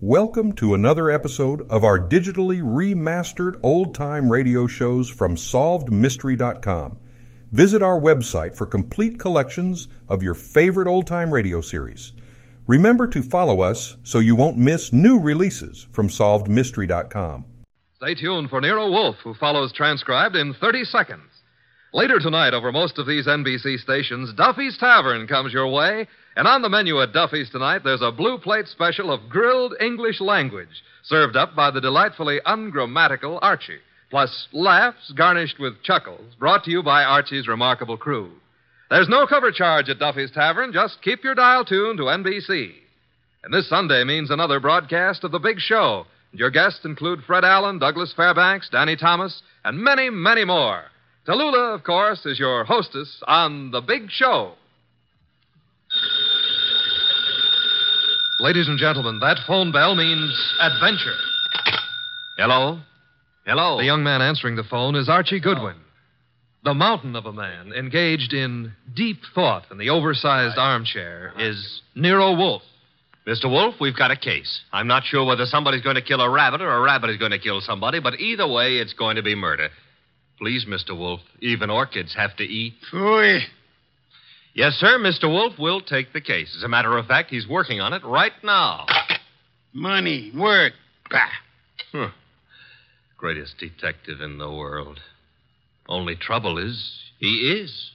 Welcome to another episode of our digitally remastered old time radio shows from SolvedMystery.com. Visit our website for complete collections of your favorite old time radio series. Remember to follow us so you won't miss new releases from SolvedMystery.com. Stay tuned for Nero Wolf, who follows transcribed in 30 seconds. Later tonight, over most of these NBC stations, Duffy's Tavern comes your way. And on the menu at Duffy's tonight, there's a blue plate special of grilled English language, served up by the delightfully ungrammatical Archie, plus laughs garnished with chuckles, brought to you by Archie's remarkable crew. There's no cover charge at Duffy's Tavern. Just keep your dial tuned to NBC. And this Sunday means another broadcast of The Big Show. Your guests include Fred Allen, Douglas Fairbanks, Danny Thomas, and many, many more. Tallulah, of course, is your hostess on The Big Show. Ladies and gentlemen, that phone bell means adventure. Hello? Hello? The young man answering the phone is Archie Goodwin, the mountain of a man engaged in deep thought in the oversized armchair. Is Nero Wolf. Mr. Wolf, we've got a case. I'm not sure whether somebody's going to kill a rabbit or a rabbit is going to kill somebody, but either way, it's going to be murder. Please, Mr. Wolf, even orchids have to eat. Phooey. Yes, sir, Mr. Wolf will take the case. As a matter of fact, he's working on it right now. Money, work. Bah. Huh. Greatest detective in the world. Only trouble is, he is.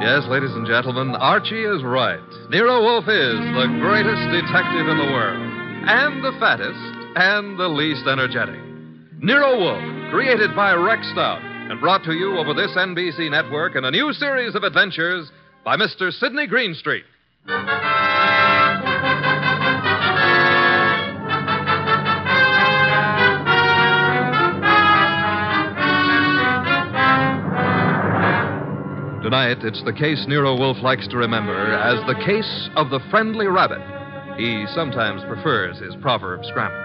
Yes, ladies and gentlemen, Archie is right. Nero Wolf is the greatest detective in the world, and the fattest, and the least energetic. Nero Wolf, created by Rex Stout, and brought to you over this NBC network in a new series of adventures by Mr. Sidney Greenstreet. Tonight, it's the case Nero Wolf likes to remember as the case of the friendly rabbit. He sometimes prefers his proverb scramble.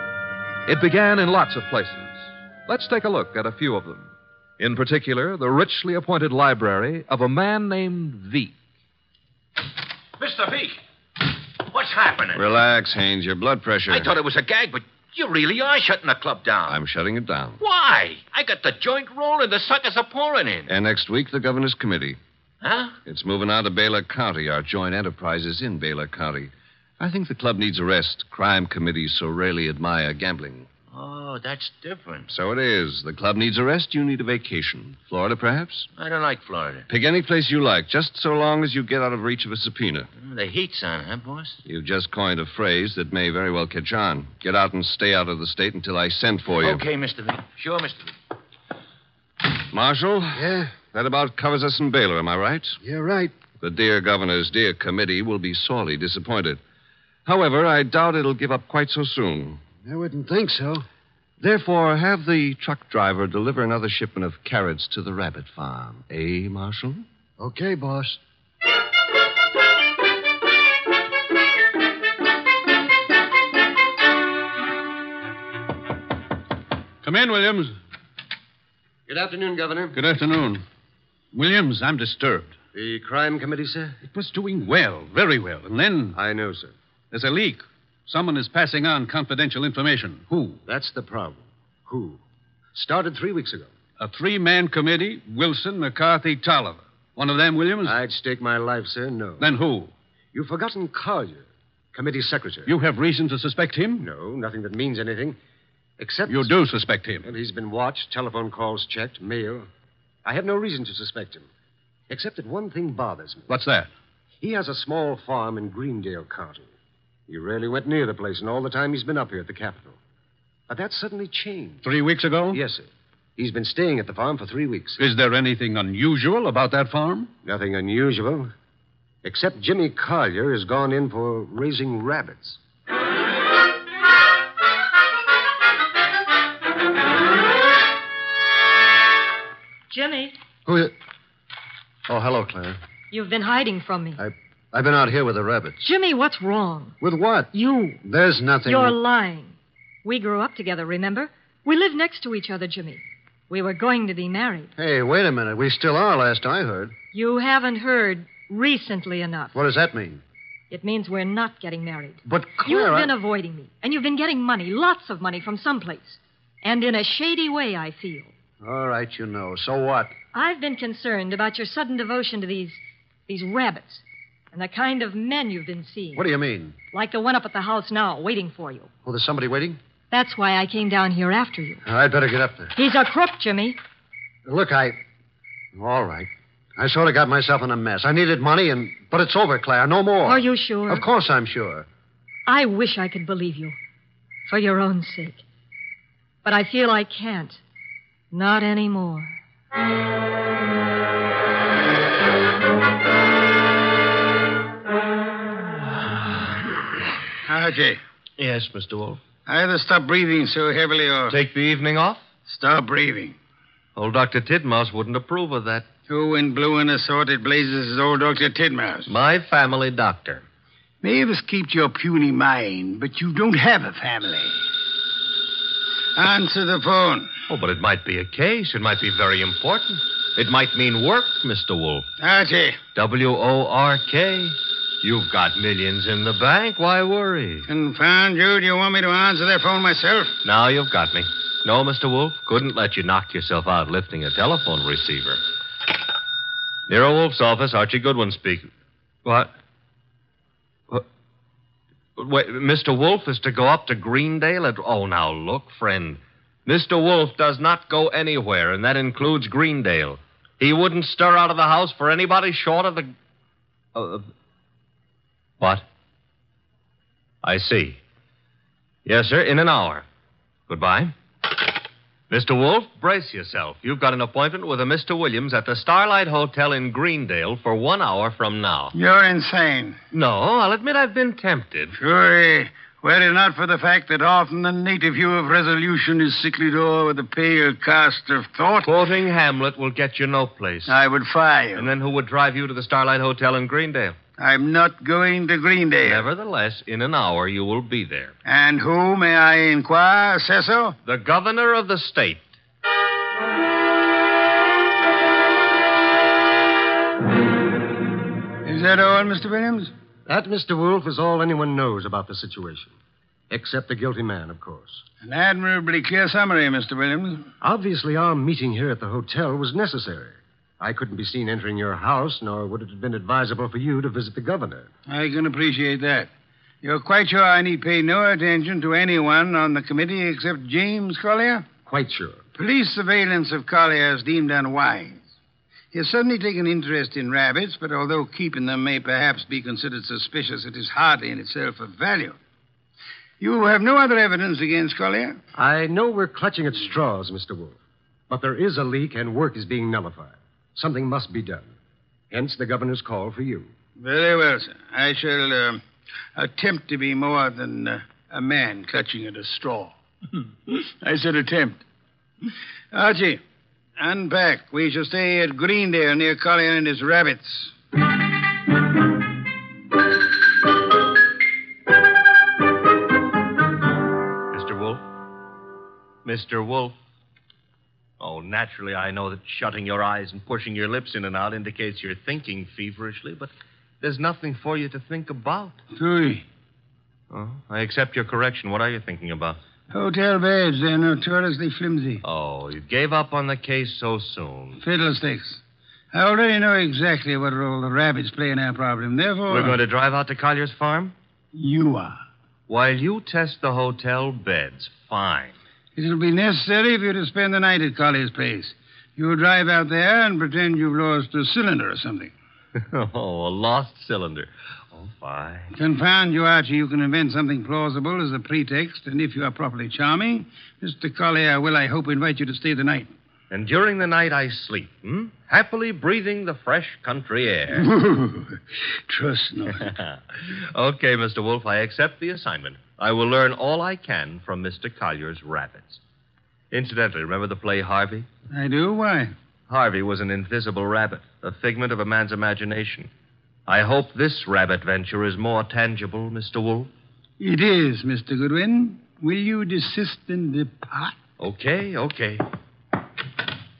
It began in lots of places. Let's take a look at a few of them. In particular, the richly appointed library of a man named Veek. Mr. Peake, what's happening? Relax, Haines. Your blood pressure. I thought it was a gag, but you really are shutting the club down. I'm shutting it down. Why? I got the joint rolling, the suckers are pouring in. And next week, the governor's committee. Huh? It's moving on to Baylor County. Our joint enterprise is in Baylor County. I think the club needs a rest. Crime committees so rarely admire gambling. Oh, that's different. So it is. The club needs a rest. You need a vacation. Florida, perhaps? I don't like Florida. Pick any place you like, just so long as you get out of reach of a subpoena. Mm, The heat's on, huh, boss? You've just coined a phrase that may very well catch on. Get out and stay out of the state until I send for you. Okay, Mr. Peake. Sure, Mr. Peake. Marshal? Yeah, That about covers us in Baylor, am I right? you're right. The dear governor's dear committee will be sorely disappointed. However, I doubt it'll give up quite so soon. I wouldn't think so. Therefore, have the truck driver deliver another shipment of carrots to the rabbit farm. Eh, Marshal? Okay, boss. Come in, Williams. Good afternoon, Governor. Good afternoon. Williams, I'm disturbed. The crime committee, sir? It was doing well, very well. And then I know, sir. there's a leak. Someone is passing on confidential information. Who? That's the problem. Who? Started three weeks ago. A three man committee Wilson, McCarthy, Tolliver. One of them, Williams? I'd stake my life, sir, no. Then who? You've forgotten Collier, committee secretary. You have reason to suspect him? No, nothing that means anything. Except. You do suspect him. Well, he's been watched, telephone calls checked, mail. I have no reason to suspect him. Except that one thing bothers me. What's that? He has a small farm in Greendale County. He rarely went near the place in all the time he's been up here at the capital. But that suddenly changed. Three weeks ago? Yes, sir. He's been staying at the farm for three weeks. Is there anything unusual about that farm? Nothing unusual, except Jimmy Collier has gone in for raising rabbits. Jimmy, Who is... Oh, hello, Clara. Oh, you've been hiding from me. I, I've been out here with the rabbits. Jimmy, what's wrong? With what? You. There's nothing. You're lying. We grew up together, remember? We lived next to each other, Jimmy. We were going to be married. Hey, wait a minute. We still are, last I heard. You haven't heard recently enough. What does that mean? It means we're not getting married. But Clara. You've been avoiding me, and you've been getting money, lots of money from someplace. And in a shady way, I feel. All right, you know. So what? I've been concerned about your sudden devotion to these these rabbits and the kind of men you've been seeing. What do you mean? Like the one up at the house now, waiting for you. Oh, there's somebody waiting? That's why I came down here after you. I'd better get up there. He's a crook, Jimmy. Look, I. All right. I sort of got myself in a mess. I needed money, and. But it's over, Claire. No more. Are you sure? Oh, Of course I'm sure. I wish I could believe you. For your own sake. But I feel I can't. Not anymore. Harvey, Yes, Mr. Wolf. either stop breathing so heavily or Take the evening off? stop breathing. Old Dr. Titmouse wouldn't approve of that. Who in blue and assorted blazes is old Dr. Tidmouse? My family doctor. They have escaped your puny mind, but you don't have a family. Answer the phone. Oh, but it might be a case. It might be very important. It might mean work, Mr. Wolf. Archie, W O R K. You've got millions in the bank. Why worry? confound you. Do you want me to answer their phone myself? Now you've got me. No, Mr. Wolf, couldn't let you knock yourself out lifting a telephone receiver. Nero Wolf's office, Archie Goodwin speaking. What? What? Wait, Mr. Wolf is to go up to Greendale at. Oh, now look, friend. Mr. Wolf does not go anywhere, and that includes Greendale. He wouldn't stir out of the house for anybody short of the. Uh, what? I see. Yes, sir, in an hour. Goodbye. Mr. Wolf, brace yourself. You've got an appointment with a Mr. Williams at the Starlight Hotel in Greendale for one hour from now. You're insane. No, I'll admit I've been tempted. Sure. Were it not for the fact that often the native hue of resolution is sicklied o'er with the pale cast of thought, Quoting Hamlet will get you no place. I would fire you. And then who would drive you to the Starlight Hotel in Greendale? I'm not going to Greendale. Nevertheless, in an hour you will be there. And who, may I inquire, Cecil? The governor of the state. Is that all, Mr. Williams? That, Mr. Wolf, is all anyone knows about the situation. Except the guilty man, of course. An admirably clear summary, Mr. Williams. Obviously, our meeting here at the hotel was necessary. I couldn't be seen entering your house, nor would it have been advisable for you to visit the governor. I can appreciate that. You're quite sure I need pay no attention to anyone on the committee except James Collier? Quite sure. Police surveillance of Collier is deemed unwise. He has suddenly taken interest in rabbits, but although keeping them may perhaps be considered suspicious, it is hardly in itself of value. You have no other evidence against Collier? I know we're clutching at straws, Mr. Wolf, but there is a leak and work is being nullified. Something must be done. Hence the governor's call for you. Very well, sir. I shall uh, attempt to be more than uh, a man clutching at a straw. I said attempt. Archie, unpack. We shall stay at Greendale near Collier and his rabbits. Mr. Wolf? Mr. Wolf? Oh, naturally, I know that shutting your eyes and pushing your lips in and out indicates you're thinking feverishly, but there's nothing for you to think about. Three. Oh, I accept your correction. What are you thinking about? Hotel beds, they're notoriously flimsy. Oh, you gave up on the case so soon. Fiddlesticks. I already know exactly what role the rabbits play in our problem. Therefore, We're going to drive out to Collier's farm you are. while you test the hotel beds. Fine. It'll be necessary for you to spend the night at Collier's place. You'll drive out there and pretend you've lost a cylinder or something. oh, a lost cylinder. Oh, fine. Confound you, Archie. You can invent something plausible as a pretext, and if you are properly charming, Mr. Collier will, I hope, invite you to stay the night. And during the night, I sleep, hmm? happily breathing the fresh country air. Trust not. okay, Mr. Wolf, I accept the assignment. I will learn all I can from Mr. Collier's rabbits. Incidentally, remember the play Harvey? I do? Why? Harvey was an invisible rabbit, a figment of a man's imagination. I hope this rabbit venture is more tangible, Mr. Wolf. It is, Mr. Goodwin. Will you desist and depart? Okay, okay.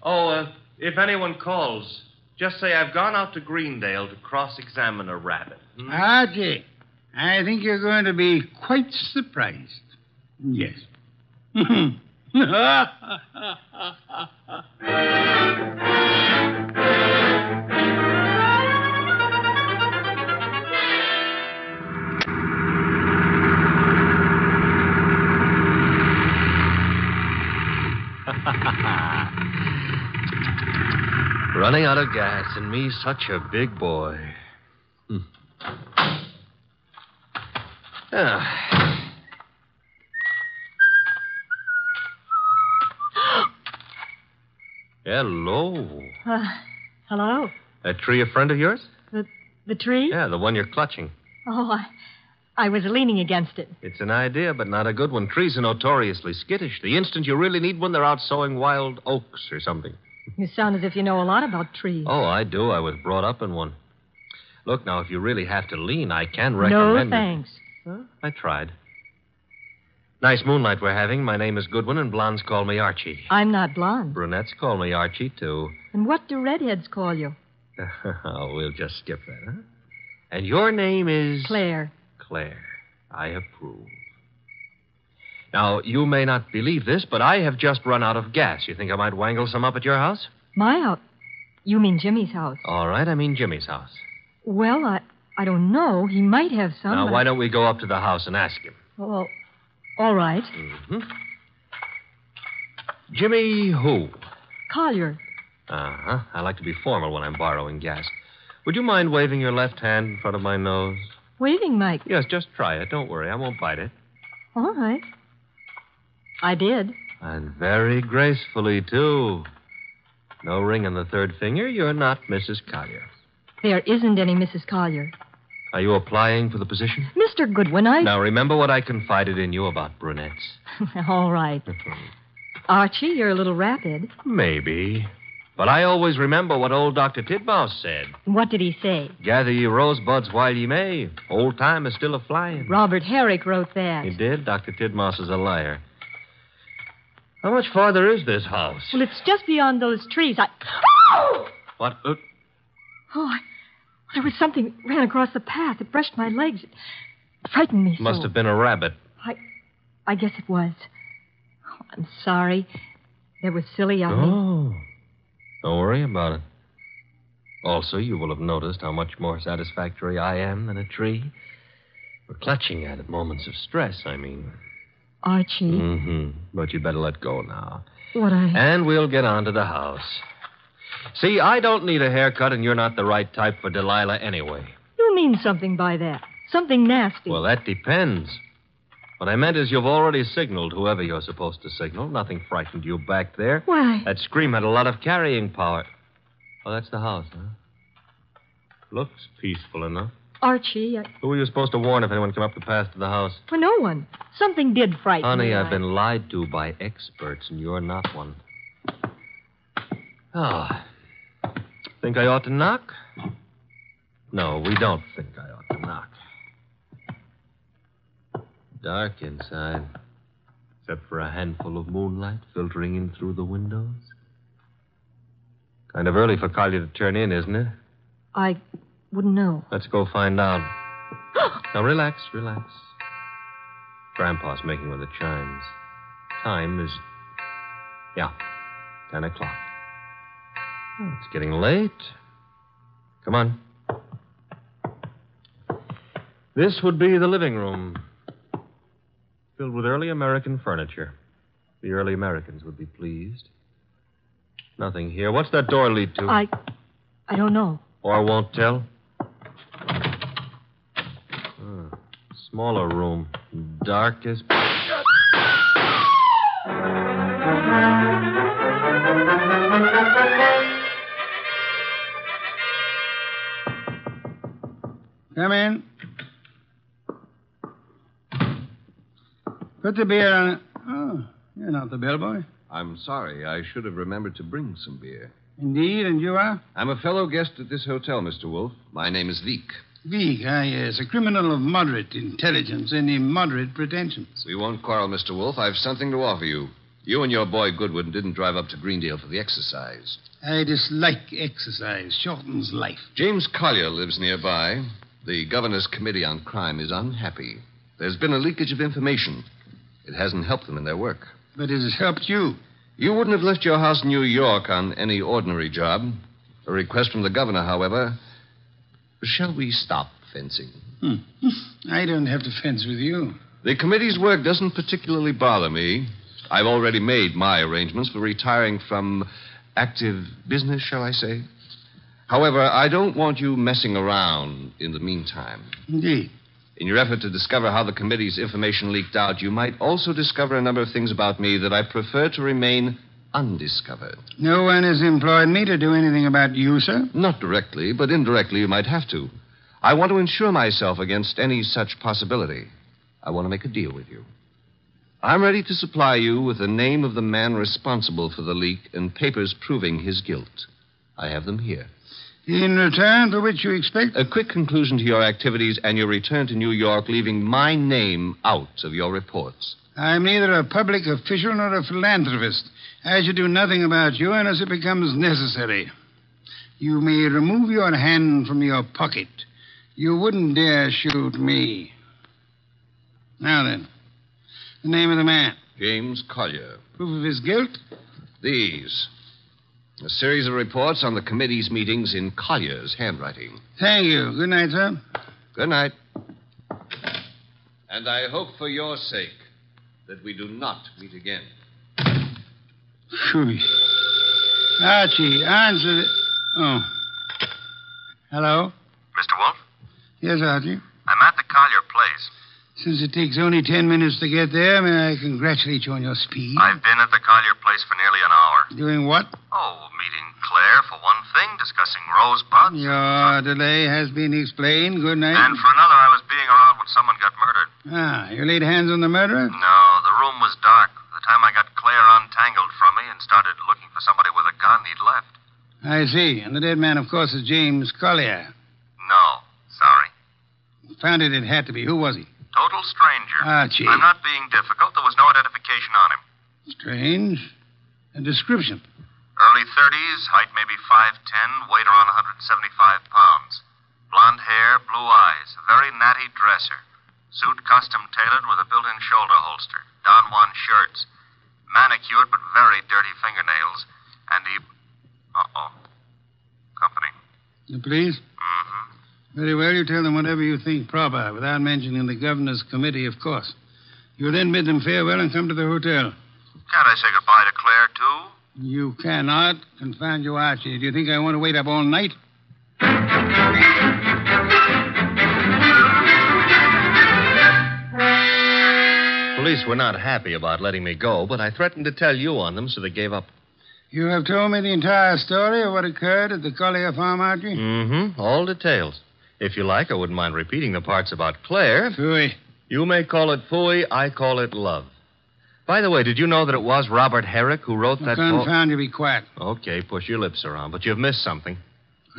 Oh, uh, if anyone calls, just say I've gone out to Greendale to cross examine a rabbit. Archie, I think you're going to be quite surprised. Yes. Running out of gas, and me such a big boy. Hmm. Ah. Hello. Uh, hello? That tree a friend of yours? The, the tree? Yeah, the one you're clutching. Oh, I, I was leaning against it. It's an idea, but not a good one. Trees are notoriously skittish. The instant you really need one, they're out sowing wild oaks or something. You sound as if you know a lot about trees. Oh, I do. I was brought up in one. Look, now, if you really have to lean, I can recommend. no thanks. I tried. Nice moonlight we're having. My name is Goodwin, and blondes call me Archie. I'm not blonde. Brunettes call me Archie, too. And what do redheads call you? oh, we'll just skip that, huh? And your name is. Claire. Claire. I approve. Now, you may not believe this, but I have just run out of gas. You think I might wangle some up at your house? My house. You mean Jimmy's house? All right, I mean Jimmy's house. Well, I, I don't know. He might have some. now, but why I- don't we go up to the house and ask him? Well, all right. hmm Jimmy who? Collier. Uh huh. I like to be formal when I'm borrowing gas. Would you mind waving your left hand in front of my nose? Waving Mike. Yes, just try it. Don't worry. I won't bite it. All right. I did. And very gracefully, too. No ring on the third finger. You're not Mrs. Collier. There isn't any Mrs. Collier. Are you applying for the position? Mr. Goodwin, I. Now, remember what I confided in you about brunettes. all right. Archie, you're a little rapid. Maybe. But I always remember what old Dr. Tidmouse said What did he say? gather ye rosebuds while ye may. Old time is still a flying. Robert Herrick wrote that. He did? Dr. Tidmouse is a liar. How much farther is this house? Well, it's just beyond those trees. I. Oh! What? Uh, Oh, I, there was something ran across the path. It brushed my legs. It frightened me. so. must have been a rabbit. I, I guess it was. Oh, I'm sorry. That was silly of me. Oh. Don't worry about it. Also, you will have noticed how much more satisfactory I am than a tree. We're clutching at it, moments of stress, I mean. Archie, Mm-hmm. But you better let go now. what I. And we'll get on to the house. See, I don't need a haircut, and you're not the right type for Delilah anyway. You mean something by that. Something nasty. Well, that depends. What I meant is you've already signaled whoever you're supposed to signal. Nothing frightened you back there. Why? That scream had a lot of carrying power. Oh, that's the house, huh? Looks peaceful enough. Archie, I, Who were you supposed to warn if anyone came up the path to the house? for no one. Something did frighten me. Honey, I- I've been lied to by experts, and you're not one. Ah. Think I ought to knock? No, we don't think I ought to knock. Dark inside, except for a handful of moonlight filtering in through the windows. Kind of early for Collier to turn in, isn't it? I wouldn't know. Let's go find out. now, relax, relax. Grandpa's making with the chimes. Time is. Yeah, 10 o'clock. Oh, it's getting late. Come on. This would be the living room, filled with early American furniture. The early Americans would be pleased. Nothing here. What's that door lead to? I. I don't know. Or won't tell? Hmm. Smaller room. Dark as. Come in. Put the beer on. Oh, you're not the bellboy. I'm sorry. I should have remembered to bring some beer. Indeed, and you are? I'm a fellow guest at this hotel, Mr. Wolf. My name is Veek. Vig, ah, yes, a criminal of moderate intelligence and immoderate pretensions. We won't quarrel, Mr. Wolf. I've something to offer you. You and your boy Goodwin didn't drive up to Greendale for the exercise. I dislike exercise, shortens life. James Collier lives nearby. The governor's committee on crime is unhappy. There's been a leakage of information. It hasn't helped them in their work. But it has helped you. You wouldn't have left your house in New York on any ordinary job. A request from the governor, however. Shall we stop fencing? Hmm. I don't have to fence with you. The committee's work doesn't particularly bother me. I've already made my arrangements for retiring from active business, shall I say. However, I don't want you messing around in the meantime. Indeed. In your effort to discover how the committee's information leaked out, you might also discover a number of things about me that I prefer to remain undiscovered. No one has employed me to do anything about you, sir. Not directly, but indirectly, you might have to. I want to insure myself against any such possibility. I want to make a deal with you. I'm ready to supply you with the name of the man responsible for the leak and papers proving his guilt. I have them here. In return for which you expect. A quick conclusion to your activities and your return to New York, leaving my name out of your reports. I'm neither a public official nor a philanthropist. I should do nothing about you unless it becomes necessary. You may remove your hand from your pocket. You wouldn't dare shoot me. Now then, the name of the man, James Collier. proof of his guilt, These. A series of reports on the committee's meetings in Collier's handwriting. Thank you. Good night, sir. Good night. And I hope for your sake that we do not meet again. Phew. Archie, answer the... Oh. Hello? Mr. Wolf, Yes, Archie. I'm at the Collier place. Since it takes only ten minutes to get there, may I congratulate you on your speed? I've been at the Collier place for nearly an hour. Doing what? Oh, meeting Claire for one thing, discussing Rosebud. Your delay has been explained. Good night. And for another, I was being around when someone got murdered. Ah, you laid hands on the murderer? No, the room was dark. The time I got Claire untangled from me and started looking for somebody with a gun, he'd left. I see. And the dead man, of course, is James Collier. No, sorry. Found it, it had to be. Who was he? Total stranger. Archie. I'm not being difficult. There was no identification on him. Strange. A description. Early 30s, height maybe 5'10, weight around 175 pounds. Blonde hair, blue eyes, very natty dresser. Suit custom tailored with a built in shoulder holster. Don Juan shirts. Manicured but very dirty fingernails. And he. Uh oh. Company. The police? Mm hmm. Very well, you tell them whatever you think proper, without mentioning the governor's committee, of course. You then bid them farewell and come to the hotel. Can't I say goodbye to Claire, too? You cannot. Confound you, Archie. Do you think I want to wait up all night? Police were not happy about letting me go, but I threatened to tell you on them, so they gave up. You have told me the entire story of what occurred at the Collier farm, Archie? Mm hmm. All details. If you like, I wouldn't mind repeating the parts about Claire. Phooey. You may call it fooey, I call it love. By the way, did you know that it was Robert Herrick who wrote that poem? Confound you, be quiet. Okay, push your lips around, but you've missed something.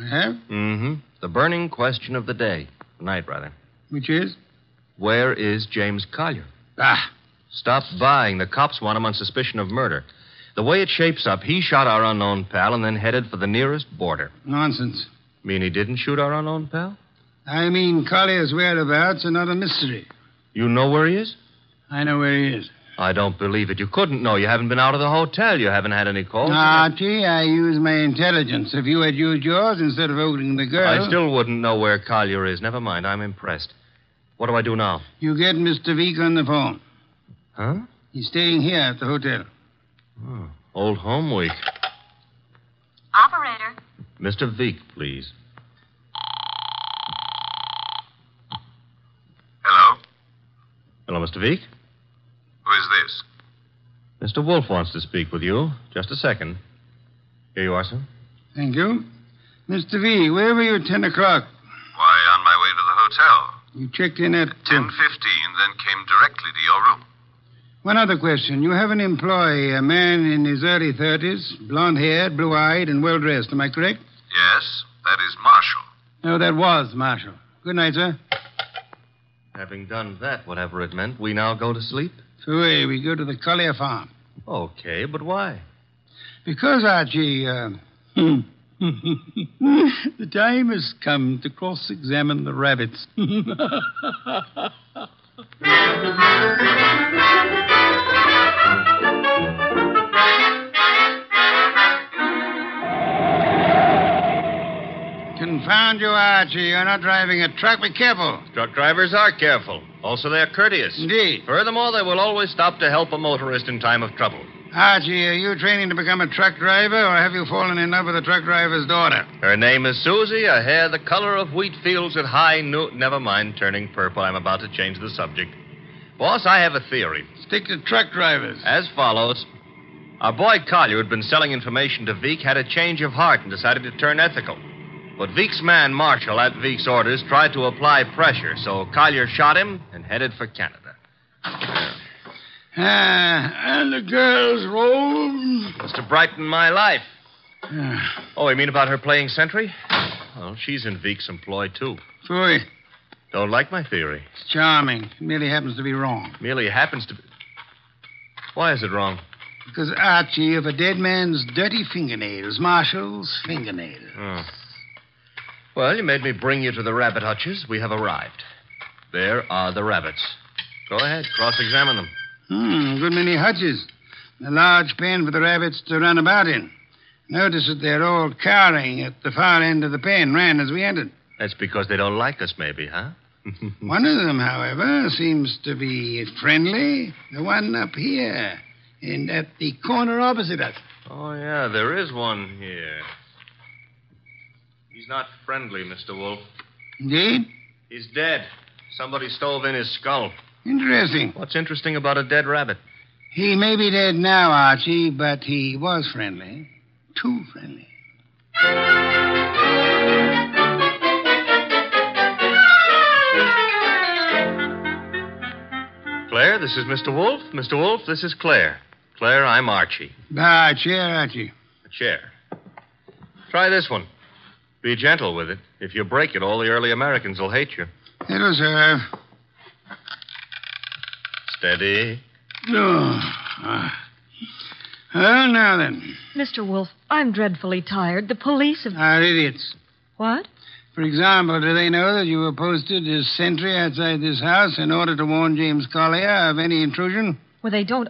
I have? Mm-hmm. The burning question of the day. Night, rather. Which is? Where is James Collier? Ah, Stopped buying. The cops want him on suspicion of murder. The way it shapes up, he shot our unknown pal and then headed for the nearest border. nonsense. Mean he didn't shoot our unknown pal? I mean, Collier's whereabouts are not a mystery. You know where he is? I know where he is. I don't believe it. You couldn't know. You haven't been out of the hotel. You haven't had any calls. Archie, I use my intelligence. If you had used yours instead of ogling the girl, I still wouldn't know where Collier is. Never mind. I'm impressed. What do I do now? you get Mr. Veek on the phone. Huh? He's staying here at the hotel. Oh, old home week. Operator, Mr. Veek, please. Hello? Hello, Mr. Veek. Who is this? Mr. Wolf wants to speak with you. Just a second. Here you are, sir. Thank you. Mr. V, where were you at 10 o'clock? Why, on my way to the hotel. You checked in at. 10.15, then came directly to your room. One other question. You have an employee, a man in his early 30s, blond haired, blue eyed, and well dressed. Am I correct? Yes, that is Marshall. No, that was Marshall. Good night, sir. Having done that, whatever it meant, we now go to sleep? Away, we go to the Collier farm. Okay, but why? Because, Archie, uh, the time has come to cross examine the rabbits. Confound you, Archie. You're not driving a truck. Be careful. Truck drivers are careful. Also, they're courteous. Indeed. Furthermore, they will always stop to help a motorist in time of trouble. Archie, are you training to become a truck driver, or have you fallen in love with a truck driver's daughter? Her name is Susie, her hair the color of wheat fields at high noon. Never mind turning purple. I'm about to change the subject. Boss, I have a theory. Stick to truck drivers. As follows. Our boy Collier, who'd been selling information to Veek, had a change of heart and decided to turn ethical. But Veek's man, Marshall, at Veek's orders, tried to apply pressure, so Collier shot him and headed for Canada. Ah, and the girl's role. Was to brighten my life. Oh, you mean about her playing sentry? Well, she's in Veek's employ, too. Fooey. Don't like my theory. It's charming. It merely happens to be wrong. Merely happens to be. Why is it wrong? Because, Archie, of a dead man's dirty fingernails, Marshall's fingernails. Oh. Well, you made me bring you to the rabbit hutches. We have arrived. There are the rabbits. Go ahead, cross examine them. Hmm, good many hutches. A large pen for the rabbits to run about in. Notice that they're all cowering at the far end of the pen, ran as we entered. That's because they don't like us, maybe, huh? One of them, however, seems to be friendly. The one up here, and at the corner opposite us. Oh, yeah, there is one here. He's not friendly, Mr. Wolf. Indeed? He's dead. Somebody stove in his skull. Interesting. What's interesting about a dead rabbit? He may be dead now, Archie, but he was friendly. Too friendly. Claire, this is Mr. Wolf. Mr. Wolf, this is Claire. Claire, I'm Archie. Ah, chair, Archie. A chair. Try this one. Be gentle with it. If you break it, all the early Americans will hate you. It'll serve. Steady. Oh. Well, now then. Mr. Wolf, I'm dreadfully tired. The police have. Are idiots. What? For example, do they know that you were posted as sentry outside this house in order to warn James Collier of any intrusion? Well, they don't.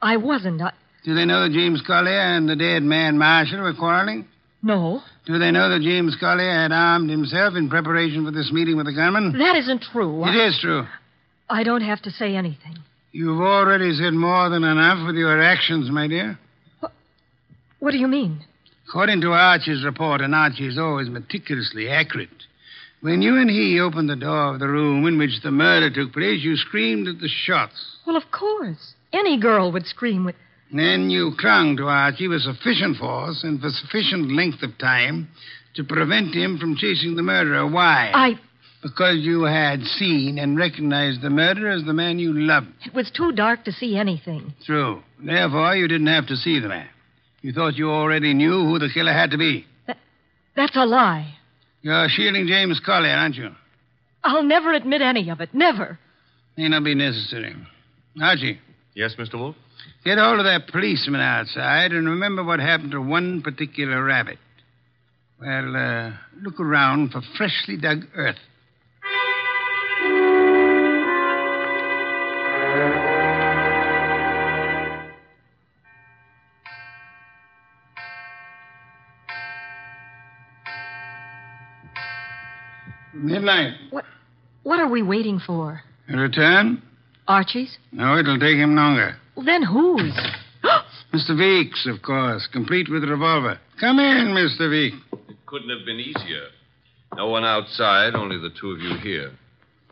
I wasn't. I... Do they know that James Collier and the dead man Marshall were quarreling? No. Do they know that James Collier had armed himself in preparation for this meeting with the gunman? That isn't true. It is true. I don't have to say anything. You've already said more than enough with your actions, my dear. What do you mean? According to Archie's report, and Archie's always meticulously accurate, when you and he opened the door of the room in which the murder took place, you screamed at the shots. Well, of course. Any girl would scream with. Then you clung to Archie with sufficient force and for sufficient length of time to prevent him from chasing the murderer. Why? I. Because you had seen and recognized the murderer as the man you loved. It was too dark to see anything. True. Therefore, you didn't have to see the man. You thought you already knew who the killer had to be. That, that's a lie. You're shielding James Collier, aren't you? I'll never admit any of it. Never. May not be necessary. Archie. Yes, Mr. Wolf? Get hold of that policeman outside and remember what happened to one particular rabbit. Well, uh, look around for freshly dug earth. Midnight. What, what are we waiting for? A return? Archie's? No, it'll take him longer. Well, then whose? Mr. Veeks, of course, complete with revolver. Come in, Mr. Veek. It couldn't have been easier. No one outside, only the two of you here.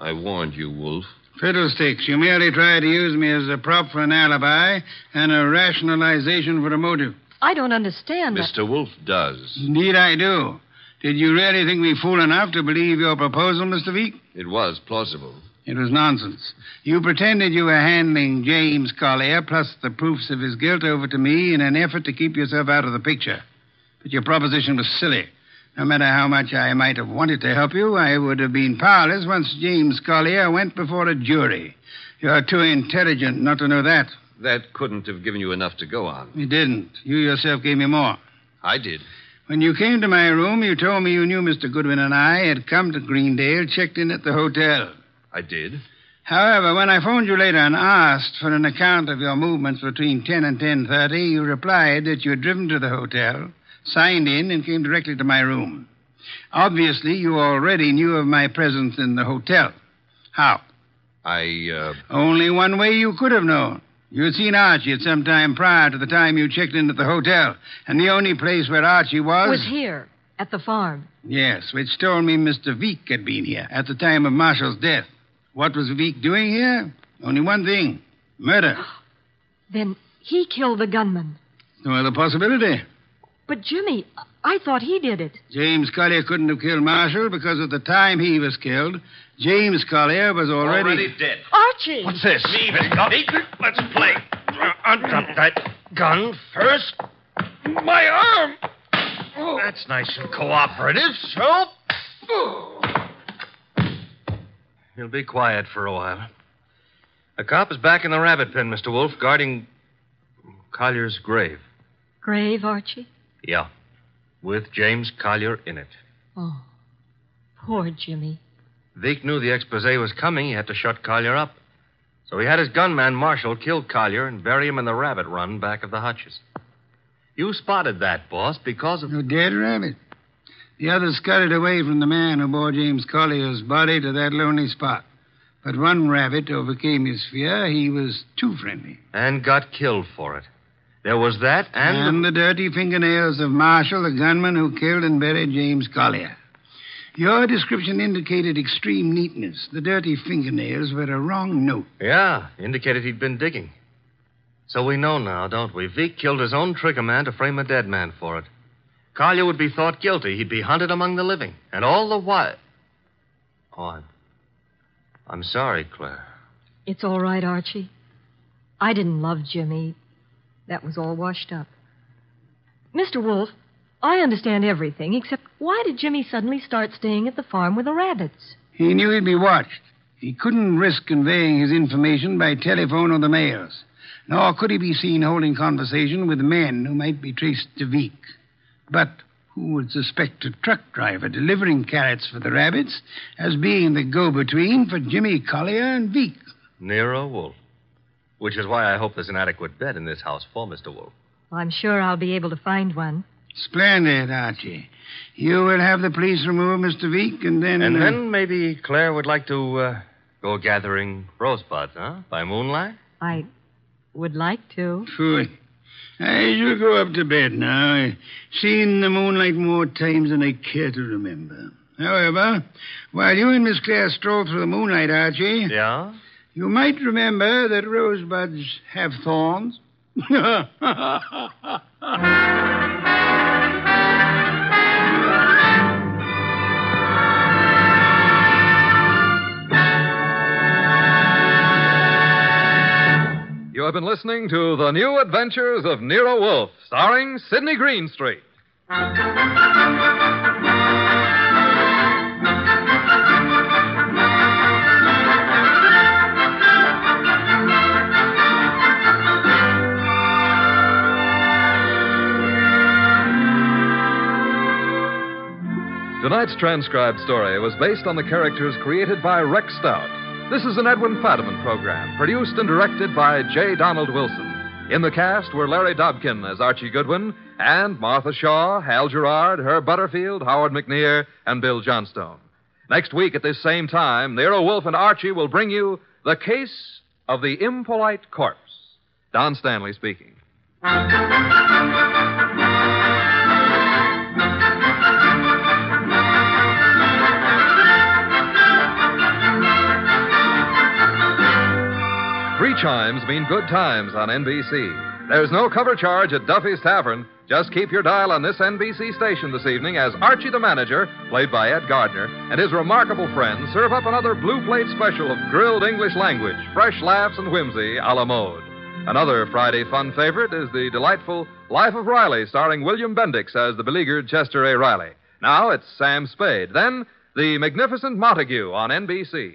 I warned you, Wolf. Fiddlesticks, you merely tried to use me as a prop for an alibi and a rationalization for a motive. I don't understand. Mr. That. Wolf does. Indeed, I do. Did you really think me fool enough to believe your proposal, Mr. Veek? It was plausible. It was nonsense. You pretended you were handing James Collier plus the proofs of his guilt over to me in an effort to keep yourself out of the picture. But your proposition was silly. No matter how much I might have wanted to help you, I would have been powerless once James Collier went before a jury. You're too intelligent not to know that. That couldn't have given you enough to go on. You didn't. You yourself gave me more. I did. When you came to my room, you told me you knew Mr. Goodwin and I had come to Greendale, checked in at the hotel. I did. However, when I phoned you later and asked for an account of your movements between 10 and 10:30, you replied that you had driven to the hotel, signed in, and came directly to my room. Obviously, you already knew of my presence in the hotel. How? I, uh. Only one way you could have known. You had seen Archie at some time prior to the time you checked in at the hotel, and the only place where Archie was. Was here, at the farm. Yes, which told me Mr. Veek had been here at the time of Marshall's death. What was Veek doing here? Only one thing murder. Then he killed the gunman. No other possibility. But, Jimmy, I thought he did it. James Collier couldn't have killed Marshall because at the time he was killed, James Collier was already. Already dead. Archie! What's this? Leave it, Dobby. Let's play. Undrop that gun first. My arm! Oh, that's nice and cooperative, so. He'll be quiet for a while. A cop is back in the rabbit pen, Mr. Wolf, guarding Collier's grave. Grave, Archie? Yeah. With James Collier in it. Oh, poor Jimmy. Veek knew the expose was coming. He had to shut Collier up. So he had his gunman, Marshall, kill Collier and bury him in the rabbit run back of the hutches. You spotted that, boss, because of. A dead rabbit. The others scurried away from the man who bore James Collier's body to that lonely spot. But one rabbit overcame his fear. He was too friendly. And got killed for it. There was that and. And the dirty fingernails of Marshall, the gunman who killed and buried James Collier. Your description indicated extreme neatness. The dirty fingernails were a wrong note. Yeah, indicated he'd been digging. So we know now, don't we? Veek killed his own trigger man to frame a dead man for it. Collier would be thought guilty. He'd be hunted among the living. And all the while. Oh, I'm, I'm sorry, Claire. It's all right, Archie. I didn't love Jimmy. That was all washed up. Mr. Wolf, I understand everything, except why did Jimmy suddenly start staying at the farm with the rabbits? He knew he'd be watched. He couldn't risk conveying his information by telephone or the mails, nor could he be seen holding conversation with men who might be traced to Veek. But who would suspect a truck driver delivering carrots for the rabbits as being the go between for Jimmy Collier and Veek? Nero Wolf. Which is why I hope there's an adequate bed in this house for Mr. Wolf. I'm sure I'll be able to find one. Splendid, Archie. You will have the police remove Mr. Veek, and then. And uh, then maybe Claire would like to uh, go gathering rosebuds, huh? By moonlight? I would like to. Good. I shall go up to bed now. I've seen the moonlight more times than I care to remember. However, while you and Miss Claire stroll through the moonlight, Archie. Yeah? You might remember that rosebuds have thorns. You have been listening to The New Adventures of Nero Wolf, starring Sidney Greenstreet. Tonight's transcribed story was based on the characters created by Rex Stout. This is an Edwin Fadiman program, produced and directed by J. Donald Wilson. In the cast were Larry Dobkin as Archie Goodwin and Martha Shaw, Hal Gerard, Herb Butterfield, Howard McNear, and Bill Johnstone. Next week at this same time, Nero Wolf and Archie will bring you The Case of the Impolite Corpse. Don Stanley speaking. Three chimes mean good times on NBC. There's no cover charge at Duffy's Tavern, Just keep your dial on this NBC station this evening as Archie the Manager, played by Ed Gardner, and his remarkable friends serve up another blue plate special of grilled English language, fresh laughs, and whimsy a la mode. Another Friday fun favorite is the delightful Life of Riley, starring William Bendix as the beleaguered Chester A. Riley. Now it's Sam Spade. Then, The Magnificent Montague on NBC.